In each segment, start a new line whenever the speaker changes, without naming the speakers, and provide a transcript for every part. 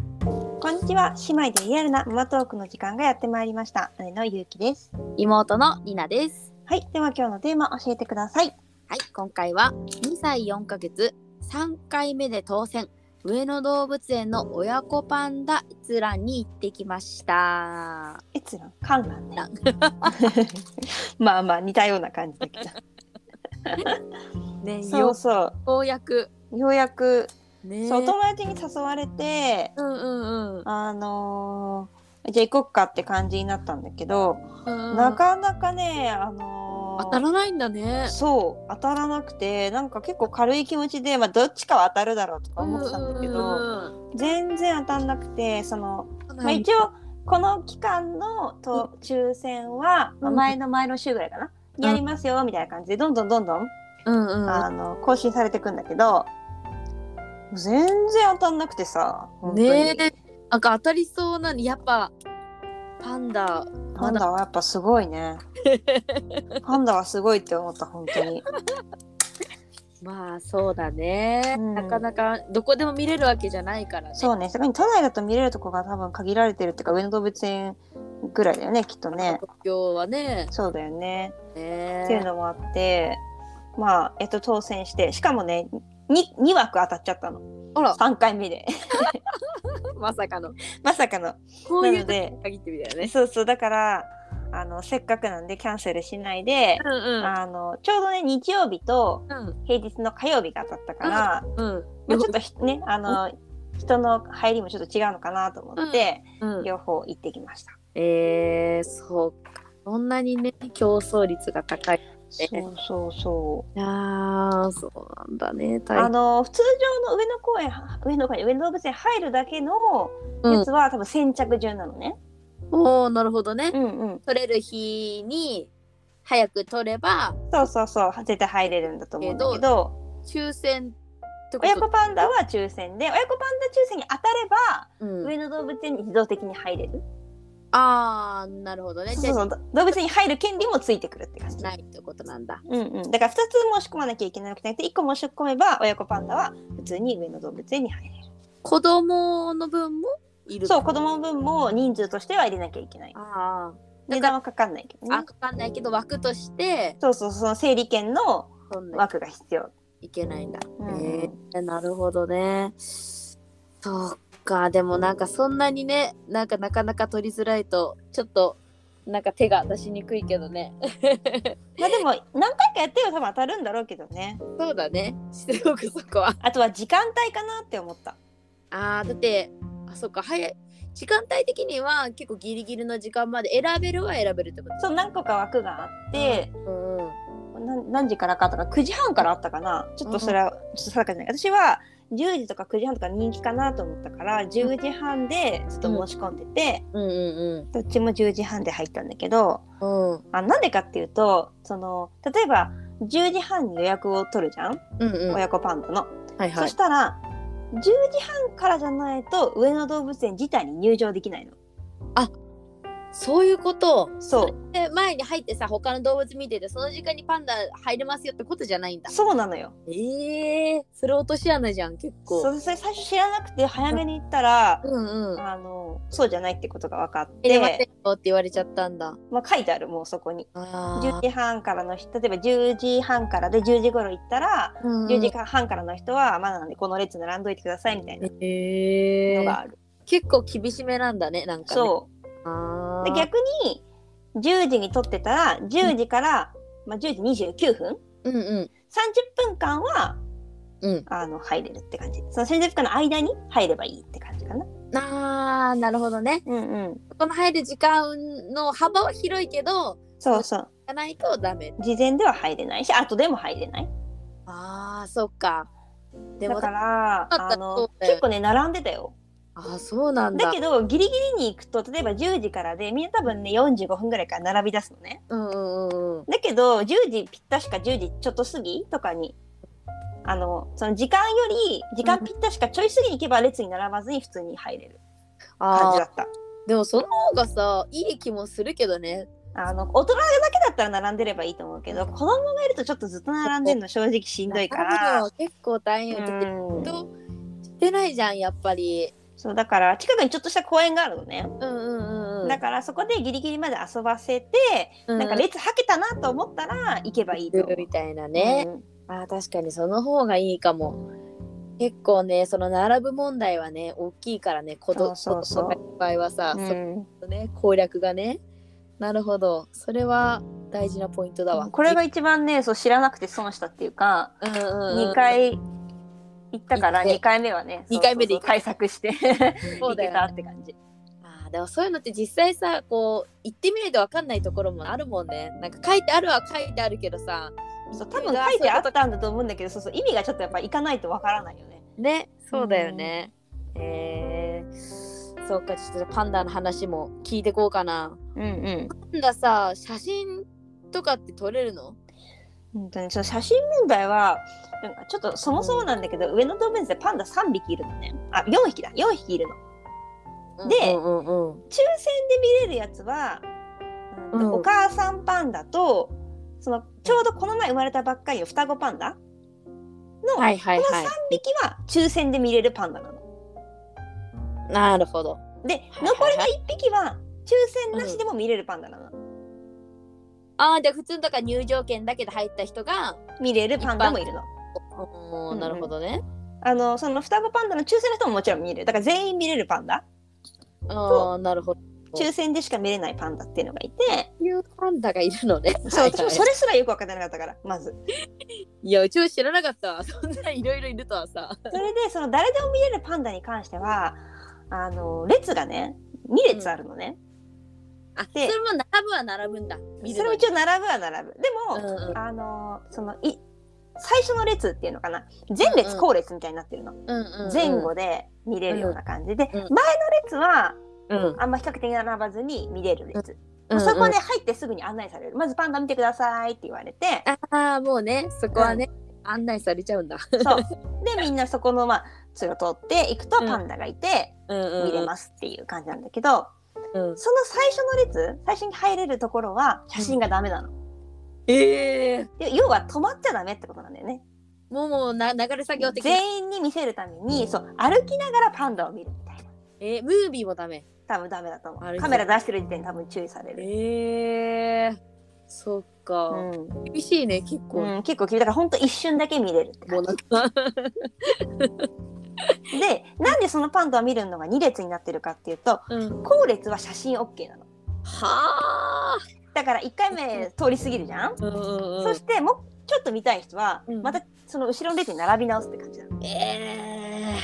んにちは姉妹でリアルなママトークの時間がやってまいりました姉のゆうきです
妹のりなです。
はいでは今日のテーマ教えてください
はい、今回は2歳4ヶ月3回目で当選上野動物園の親子パンダ閲覧に行ってきました。
閲覧観覧 ね
覧
まあまあ似たような感じだけ
ね
ど そうそう
ようやく
ようやく、
ね
そうお友達に誘われて
うんうんうん
あのーじゃあ行こっかって感じになったんだけど、
うん。
なかなかねあのー
当たらないんだね。
そう当たらなくてなんか結構軽い気持ちで、まあ、どっちかは当たるだろうとか思ってたんだけ
うん
ど
うん
全然当たんなくてその、
うん
まあ、一応この期間のと抽選は、まあ
うん
前の前の週ぐらいかな。
ん
やりますよみたいな感じでどんどんどんどん、
うんうん。
あの更新されてくんだけど全然当たんなくてさ本当に
ねえ、なんか当たりそうなやっぱパンダ
パンダはやっぱすごい ねパンダはすごいって思った本当に
まあそうだね、
うん
なかなかどこでも見れるわけじゃないからね。
そうね、そこに都内だと見れるとこが多分限られてるっていうか、上野動物園ぐらいだよね、きっとね。
東京はね。
そうだよね。
ね
っていうのもあって、まあ、えっと、当選して、しかもね、に 2, 枠当たっちゃったの。
あら、
3回目で。
まさかの。
まさかの。
こう
ないの
う時
で、
限ってみたいなね。
そうそう、だから、あの、せっかくなんでキャンセルしないで、
うん
あの、ちょうどね、日曜日と
うん。
平日の火曜日が当たったから、
うん。うん。
まあ、ちょっとひね、あの、人の入りもちょっと違うのかなと思って、
うん、
両方行ってきました。
えー、そうか。そんなにね、競争率が高い。
そうそうそう。
ああ、そうなんだね。大
あの普通常の上野公園上野公園上野動物園入るだけの
うん
やつは、多分先着順なのね。
おーなるほどね。
んうん。
取れる日に早く取れば、
そうそうそう絶対入れるんだと思うんだけど
抽選ってこ
親
と
子パンダは抽選で親子パンダ抽選に当たれば、
うん、
上野動物園に自動的に入れる。
ああ、なるほどね。
そう
じゃ
そう
あ、
そう動物園に入る権利もついてくるって感じ。
ないってことなんだ。
うんうん、だから2つ申し込まなきゃいけなくて1個申し込めば親子パンダは普通に上野動物園に入れる
子供の分もいる
そう子供分も人数としては入れなきゃいけない
あ
値段はかかんないけど
ーあ
ね
かかんないけど枠として
そうそうその整理券の
取んない
枠が必要。
といけないんだ、
うん
えーなるほどねそうかでもなんかそんなにねなんかなかなか取りづらいとちょっとなんか手が出しにくいけどね
まあでも何回かやってよ多分当たるんだろうけどね。
そうだねしておくそこは
あとは時間帯かなって思った。
あーだってあそっか早い時間帯的には結構ギリギリの時間まで選べるは選べるってこと
そう何個か枠があって、
うんうん
なん何時からかとか9時半からあったかな。ちょっとそれはちょっと定かじゃない。私は10時とか9時半とか人気かなと思ったから10時半でちょっと申し込んでて、
うんう
どっちも10時半で入ったんだけど、
んうん
あなんでかっていうとその例えば10時半に予約を取るじゃん、
うんうん
親子パンダの。
はいは
そ
い
したら10時半からじゃないと上野動物園自体に入場できないの。
そういうこと
そう
で前に入ってさ他の動物見ててその時間にパンダ入れますよってことじゃないんだ
そうなのよ。
ええそれ落とし穴じゃん結
そ
構
うそれ最初知らなくて早めに行ったら、
うんうん
あのそうじゃないってことが分かっ
「えれません
て、
よ」って言われちゃったんだ
まあ、書いてあるもうそこに。10
あ
時半からの人例えば10時半からで10時頃行ったら、10時半からの人はまだなんでこの列並んどいてくださいみたいな
え
のがある。
結構厳しめなんだねなんか、ね、
そう
あ
う
ー
で逆に10時に取ってたら10時から、まあ、10時29分
うんうん
30分間は
うん
あの入れるって感じその30分間の間に入ればいいって感じかな。
あーなるほどね
うんうん、
この入る時間の幅は広いけど
そうそう
じゃないとダメ
事前では入れないし後でも入れない
あーそっかで
だ
も
から
だった
あ
ら
の
そうだよ
結構ね並んでたよ
あーそうなんだ
だけどギリギリに行くと例えば10時からでみんな多分ね45分ぐらいから並び出すのね
うんうんうんうん
だけど10時ぴったしか10時ちょっと過ぎとかにあのその時間より時間ぴったしかちょい過ぎに行けば列に並ばずに普通に入れる感
あ
じ
ー
だった
でもその方がさいい気もするけどね
あの大人だけだったら並んでればいいと思うけど子供がいるとちょっとずっと並んでるの正直しんどいか
なる
ら
ほど結構大変
う
よ。ちょっ
ん
としてないじゃんやっぱり。
そうだから近くにちょっとした公園があるのね、
うんうんうん
だからそこでギリギリまで遊ばせて、
うん
なんか列はけたなと思ったら行けばいいと思う
みたいなね、
うん
あー確かにその方がいいかも結構ねその並ぶ問題はね大きいからね子供
そうそうそう
の場合はさ、
う
そ
ん
このね攻略がねなるほどそれは大事なポイントだわ
これが一番ねそう知らなくて損したっていうか、
うんうんうん
二2回行ったから
行って
2回目はね
二回目で行
そうそうそう対策して
そ
行
うだ
け
よ
た
ね
って感じ
あーでもそういうのって実際さこう行ってみないと分かんないところもあるもんねなんか書いてあるは書いてあるけどさ
そう多分書いてあったんだと思うんだけどそうそう意味がちょっとやっぱ行かないとわからないよね
ねそうだよねえー、そうかちょっとパンダの話も聞いてこうかな
うんうん
パンダさ写真とかって撮れるの
本当にその写真問題はなんかちょっとそもそもなんだけど、上野動物園でパンダ3匹いるのねあ4匹だ4匹いるので
うんうんうん
抽選で見れるやつは、うんと
うん
お母さんパンダとそのちょうどこの前生まれたばっかりの双子パンダ
はいはい
この3
は
匹は抽選で見れるパンダなの。
いなるほど
で
はい
残りの1匹は抽選なしでも見れるパンダなの。
あーじゃあ普通のだから入場券だけで入った人が
見れるパンダもいるの。
おーなるほどね、
あのその双子パンダの抽選の人ももちろん見れるだから全員見れるパンダ
ああなるほどそう
抽選でしか見れないパンダっていうのがいて
いうパンダがいるのね
そう
はい
私
はい
もそれすらよく分かってなかったからまず
いやうちも知らなかったわそ んないろいろいるとはさ
それでその誰でも見れるパンダに関してはあの列がね2列あるのね、
あ
で
それも並ぶは並ぶんだ見
そ
る
れも
のに
一応並ぶは並ぶでも、
うんうん
あのそのい最初の列っていうのかな前列
うんうん
後列みたいになってるの、
うんうんうん
前後で見れるような感じで、
うん
前の列は
うん
あんま比較的並ばずに見れる列、
うん
そこね、入ってすぐに案内されるまずパンダ見てくださいって言われて
ああもうねそこはね、案内されちゃうんだ。
そうでみんなそこのまあ通路通っていくとパンダがいて
うんう
見れますっていう感じなんだけど、
うん、
その最初の列最初に入れるところは写真がダメなの、
ええ
で要は止まっちゃダメってことなんだよね
もうもうな流れ作業的な。
全員に見せるためにそう歩きながらパンダを見るみたいな
えームービーもダメ。
多分ダメだと思
あ
う
れ
カメラ出してる時点で多分注意される、
ええそっ
う
か、
ん
厳しいね結構。
うん、結構君だからほんと一瞬だけ見れるって
もう
感
な
じ
んか
でなんでそのパンダを見るのが2列になってるかっていうと
うん、は
後列は写真 OK なの
あ、
だから1回目通り過ぎるじゃん、
うんうんうん、
そしてもうちょっと見たい人は
うん
またその後ろの列に並び直すって感じなの
ええ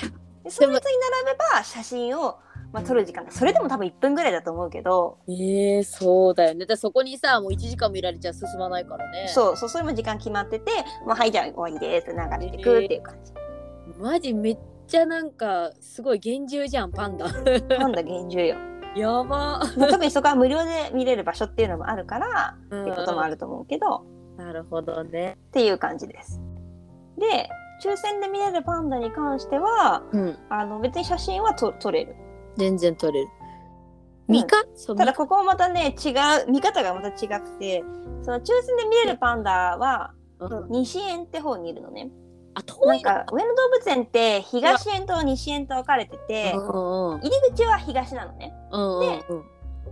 でその列に並べば写真を、まあ、撮る時間がそれでも多分1分ぐらいだと思うけど、
ええそうだよね。だからそこにさもう1時間見られちゃ進まないからね。
そうそうそれも時間決まってて「もうはいじゃあ終わりです」って流れてくっていう感じ。
マジめっちゃなんかすごい厳重じゃんパンダ。
パンダ厳重よ。
やば。
まあ特にそこは無料で見れる場所っていうのもあるから
うん
ってこともあると思うけど、
なるほどね。
っていう感じです。で抽選で見れるパンダに関しては
うん、
あの別に写真はと撮れる。
全然取れる。
うん
ミカ、そう
ただ
ミ
ここもまたね違う見方がまた違くてその抽選で見れるパンダは
カうん
西園って方にいるのね。
あ、遠
なん
いな。
か上野動物園って東園と西園と分かれてて
うんうんうん
入り口は東なのね。
うんうんうん。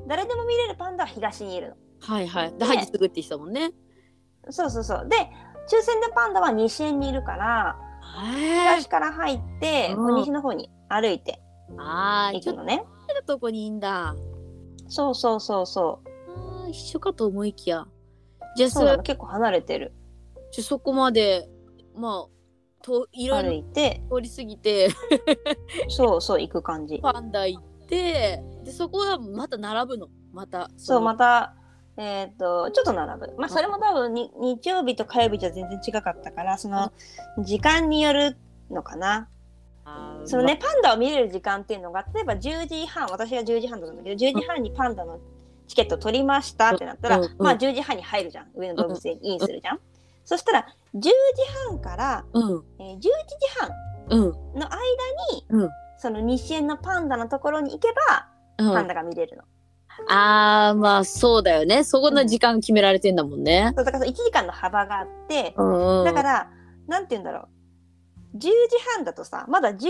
誰でも見れるパンダは東にいるの。
はいはい。で、入ってすぐって人もんね。
そうそうそう。で、抽選でパンダは西園にいるから、
はい。
東から入って、
うん
こう西の方に歩いて
ああ、
行
ちょ
く
っ
のね。
とのとこにいいんだ。あ
そうそうそうそう。
ー一緒かと思いきや。じゃあ
そう
そ
な
れ
の、結構離れてる。
じゃあそこまで、まあ、といろい
歩
ろ
いて、
通り過ぎて、
そうそう行く感じ。
パンダ行って、で、そこはまた並ぶの。また。
そう、ま
た。
た、えっ、と、ちょっと並ぶ。まあ、それも多分に、日曜日と火曜日じゃ全然違かったから、その、時間によるのかな。
あー
そのね、パンダを見れる時間っていうのが、例えば10時半、私が10時半だったんだけど、10時半にパンダのチケット取りましたってなったら、
うんうん
まあ10時半に入るじゃん。上野動物園にインするじゃん。そしたら、10時半から、
うん。
えー11時半
うん。
の間に、
うん
その西園のパンダのところに行けば、
う
パン
ん、
ダが見れるの。
ああまあそうだよねそこの時間決められてんだもんね。
そうだからその1時間の幅があって、
うんうん
だから、なんて言うんだろう。10時半だとさ、まだ11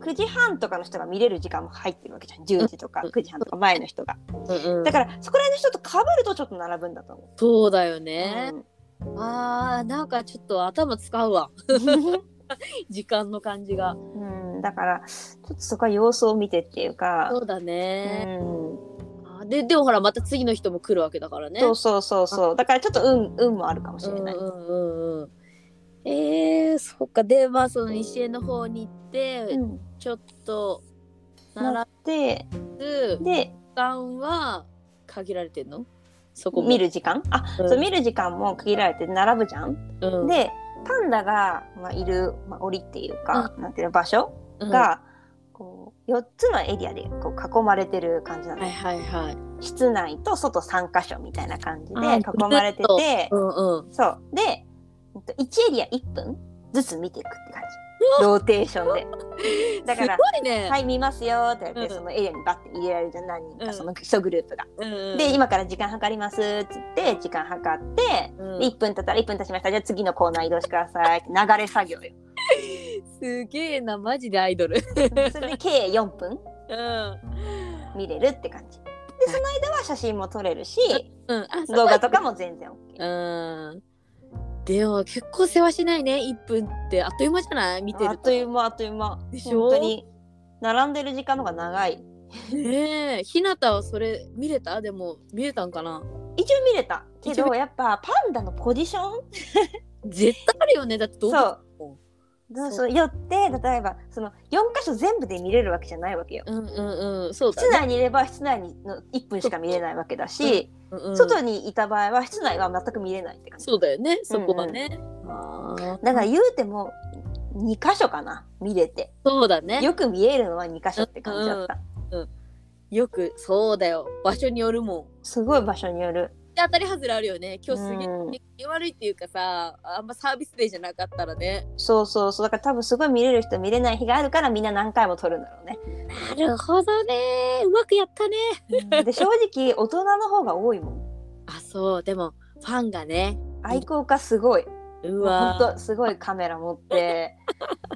9時半とかの人が見れる時間も入ってるわけじゃん10時とか
うん
9時半とか前の人が
うんうん
だからそこら辺の人と被るとちょっと並ぶんだと思う、
そうだよね、あーなんかちょっと頭使うわ 時間の感じが
うん、うんだからちょっとそこは様子を見てっていうか
そうだ
う
ね、
ん
あーででもほらまた次の人も来るわけだからね
そうそうそうそうだからちょっと運運もあるかもし
う
れ
ん
ない、
うんうんうんえー、そっかでまあその西江の方に行って、
うん、
ちょっと
な
並
って
ぶ時
で
間は限られてんのそこも
見、る時間あ、
うん
そう見る時間も区切られて並ぶじゃん、
うん、
でパンダが、まあ、いる、まあ、檻っていうか、なんていうの場所
うん、
が、こう4つのエリアでこう囲まれてる感じなの、
はいはいはい
室内と外3箇所みたいな感じで
あ
囲まれてて
うん うん
そうでうんと1エリア1分ずつ見ていくって感じローテーションでだから
すごいね、
はい見ますよって言われて、
うん
そのエリアにバッて入れられるじゃん何人か、
うん
その1グループが。
うんうん、
で今から時間計りますっつって時間計って、
うん
で1分経ったら1分経ちましたじゃあ次のコーナー移動してくださいって流れ作業よ。
すげえなマジでアイドル
それで計4分
うん
見れるって感じ。でその間は写真も撮れるし
うんあ
動画とかも全然 OK。
うんでも結構世話しないね1分ってあっという間じゃない見てる
あっという間あっという間。
でしょ
本当に並んでる時間の方が長い。
ねえひなたはそれ見れたでも見れたんかな
一応見れたけ
一応
どやっぱパンダのポジション
絶対あるよねだって動物
そう
も
そう
そ
そうよって例えばその4箇所全部で見れるわけじゃないわけよ。
うんうんうんそうだ
室内にいれば室内にの1分しか見れないわけだし、
うんうん
外にいた場合は室内は全く見れないって感じ
そうだよねそこはね、ああ
だから言うても2箇所かな見れて
そうだねよ
よく見えるのは2箇所って感じだった、
くそうだよ場所によるも
すごい場所による
んで当たり外れあるよね今日すげえ
うん
景気悪いっていうかさあんまサービスデーじゃなかったらね
そうそうそうだから多分すごい見れる人見れない日があるからみんな何回も撮るんだろうね
なるほどねうまくやったね
で正直大人の方が多いもん
あそうでもファンがね
愛好家すごいうほ
わ
んとすごいカメラ持 って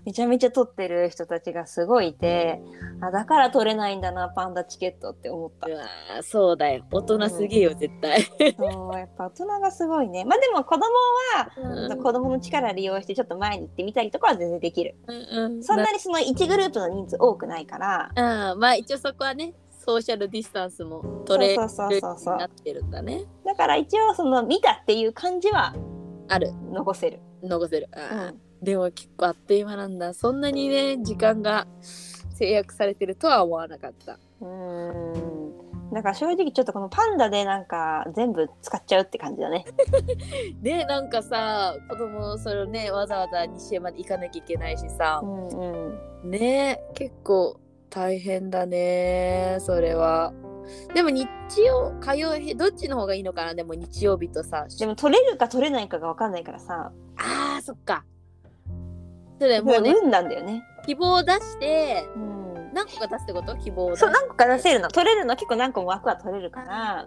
めちゃめちゃ撮ってる人たちがすごいいてあだから撮れないんだなパンダチケットって思った
うわーそうだよ大人すぎよ、絶対、
そうやっぱ大人がすごいねまあでも子供
うん
子供の力利用してちょっと前に行ってみたりとかは全然できる
うん
そんなにその1グループの人数多くないから
ああまあ一応そこはねソーシャルディスタンスも取れるよ
そうそう
う
そうそ
に
うそう
なってるんだね
だから一応その見たっていう感じは
ある
残せる、
残せる、
う
ああ
ん、
でも結構あっという間なんだそんなにね時間が制約されてるとは思わなかった
うーんだから正直ちょっとこのパンダでなんか全部使っちゃうって感じだね
でなんかさ子供それをねわざわざ西へまで行かなきゃいけないしさ
うんうん
ねえ結構大変だねそれはでも日曜火曜日どっちの方がいいのかなでも日曜日とさ
でも取れるか取れないかが分かんないからさ
あーそっかそうだよ
も
も
う
うね
運なんだよね、
希望を出して
うん、
何個か出すってこと希望を出し
そう何個か出せるの取れるの結構何個も枠は取れるから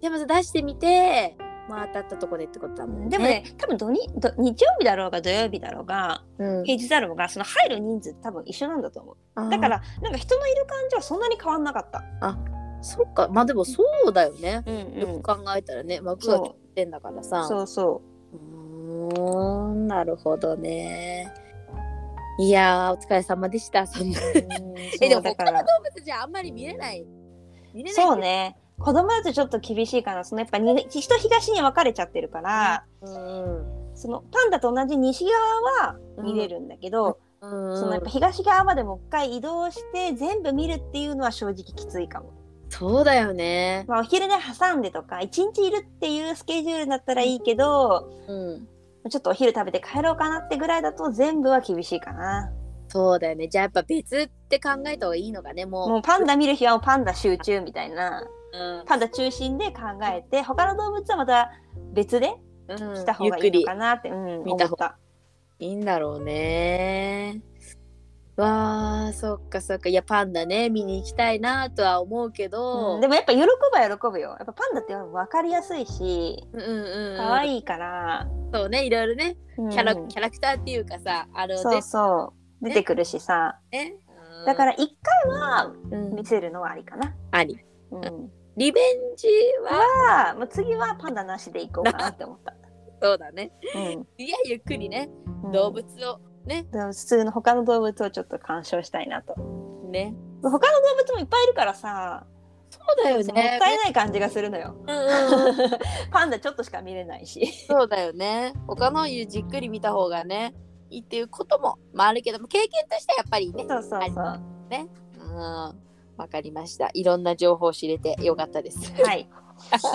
でもさ出してみてまあ当たったとこでってことだもんね
でもね多分土日土日曜日だろうが土曜日だろうが
うん
平日だろうがその入る人数多分一緒なんだと思うだからなんか人のいる感じはそんなに変わんなかった。
あーそっかまあでもそうだよね、
うん
よく考えたらね幕が切
そ
ってんだから
う
さ
そうそう
ーんなるほどねいやーお疲れ様でしたそんな
う。うん
えで
そ
も
うだか
他の動
ら
物じゃあんまり見れない見れない
そうね子供だとちょっと厳しいかなそのやっぱに西と東に分かれちゃってるから、
うん
そのパンダと同じ西側は見れるんだけど、
うん
そのやっぱ東側までもう一回移動して全部見るっていうのは正直きついかも。
そうだよね
まあ、お昼寝挟んでとか1日いるっていうスケジュールだったらいいけど
うん
ちょっとお昼食べて帰ろうかなってぐらいだと全部は厳しいかな。
そうだよねじゃあやっぱ別って考えた方がいいのかねもう
もうパンダ見る日はもうパンダ集中みたいな
うん
パンダ中心で考えて他の動物はまた別で
うん
した方がいいのかなって、うん
見た方
思っ
いいんだろうね。わあそっかそっかいやパンダね見に行きたいなとは思うけど、
うんでもやっぱ喜ぶは喜ぶよやっぱパンダって分かりやすいし
うんうんうん、
可
い
愛いから、
そうねいろいろねキャラ、
うん
キャラクターっていうかさあの
そうそう出てくるしさ
ね、、
だからら一回は見せるのはありかな。
あり。
うん。
リベンジ
ま
は、
あ、もう次はパンダなしで行こうかなって思った。
そうだね。
うん
いや、ゆっくりね、
うん
動物を、ね、
でも普通の他の動物をちょっと鑑賞したいなと。
ね。
他の動物もいっぱいいるからさ、
そうだよ
もった
ね
い。ない感じがするのよ。
うんうん、
パンダちょっとしか見れないし。
そうだよね。他のゆじっくり見た方がね、いいっていうことも、まあ、あるけども、経験としてはやっぱりね。
そうそうそう。は
うん。わかりました。いろんな情報を知れてよかったです。
い。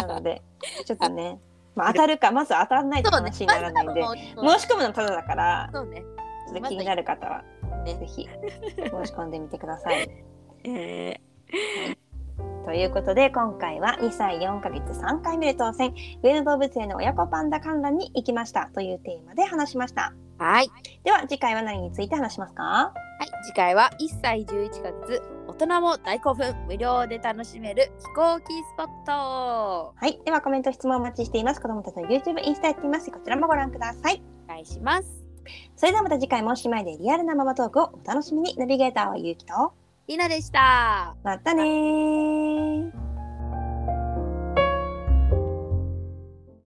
なので、ちょっと ね、まあ、当たるか、まず当たらないと
そうね。
話にならないんで、
まあ
申し込むのただだから、
そうね。
ちょっと気になる方は、
ね
ぜひ申し込んでみてください。
え
ということで今回は2歳4ヶ月3回目で当選上野動物園の親子パンダ観覧に行きましたというテーマで話しました
ーはい。
では次回は何について話しますか
はい、次回は1歳11ヶ月大人も大興奮無料で楽しめる飛行機スポット
はいではコメント質問お待ちしています子どもたちの YouTube インスタやっていますこちらもご覧ください
お願いします
それではまた次回もおしまいでリアルなママトークをお楽しみにナビゲーターはゆうきと
りなでした
またねー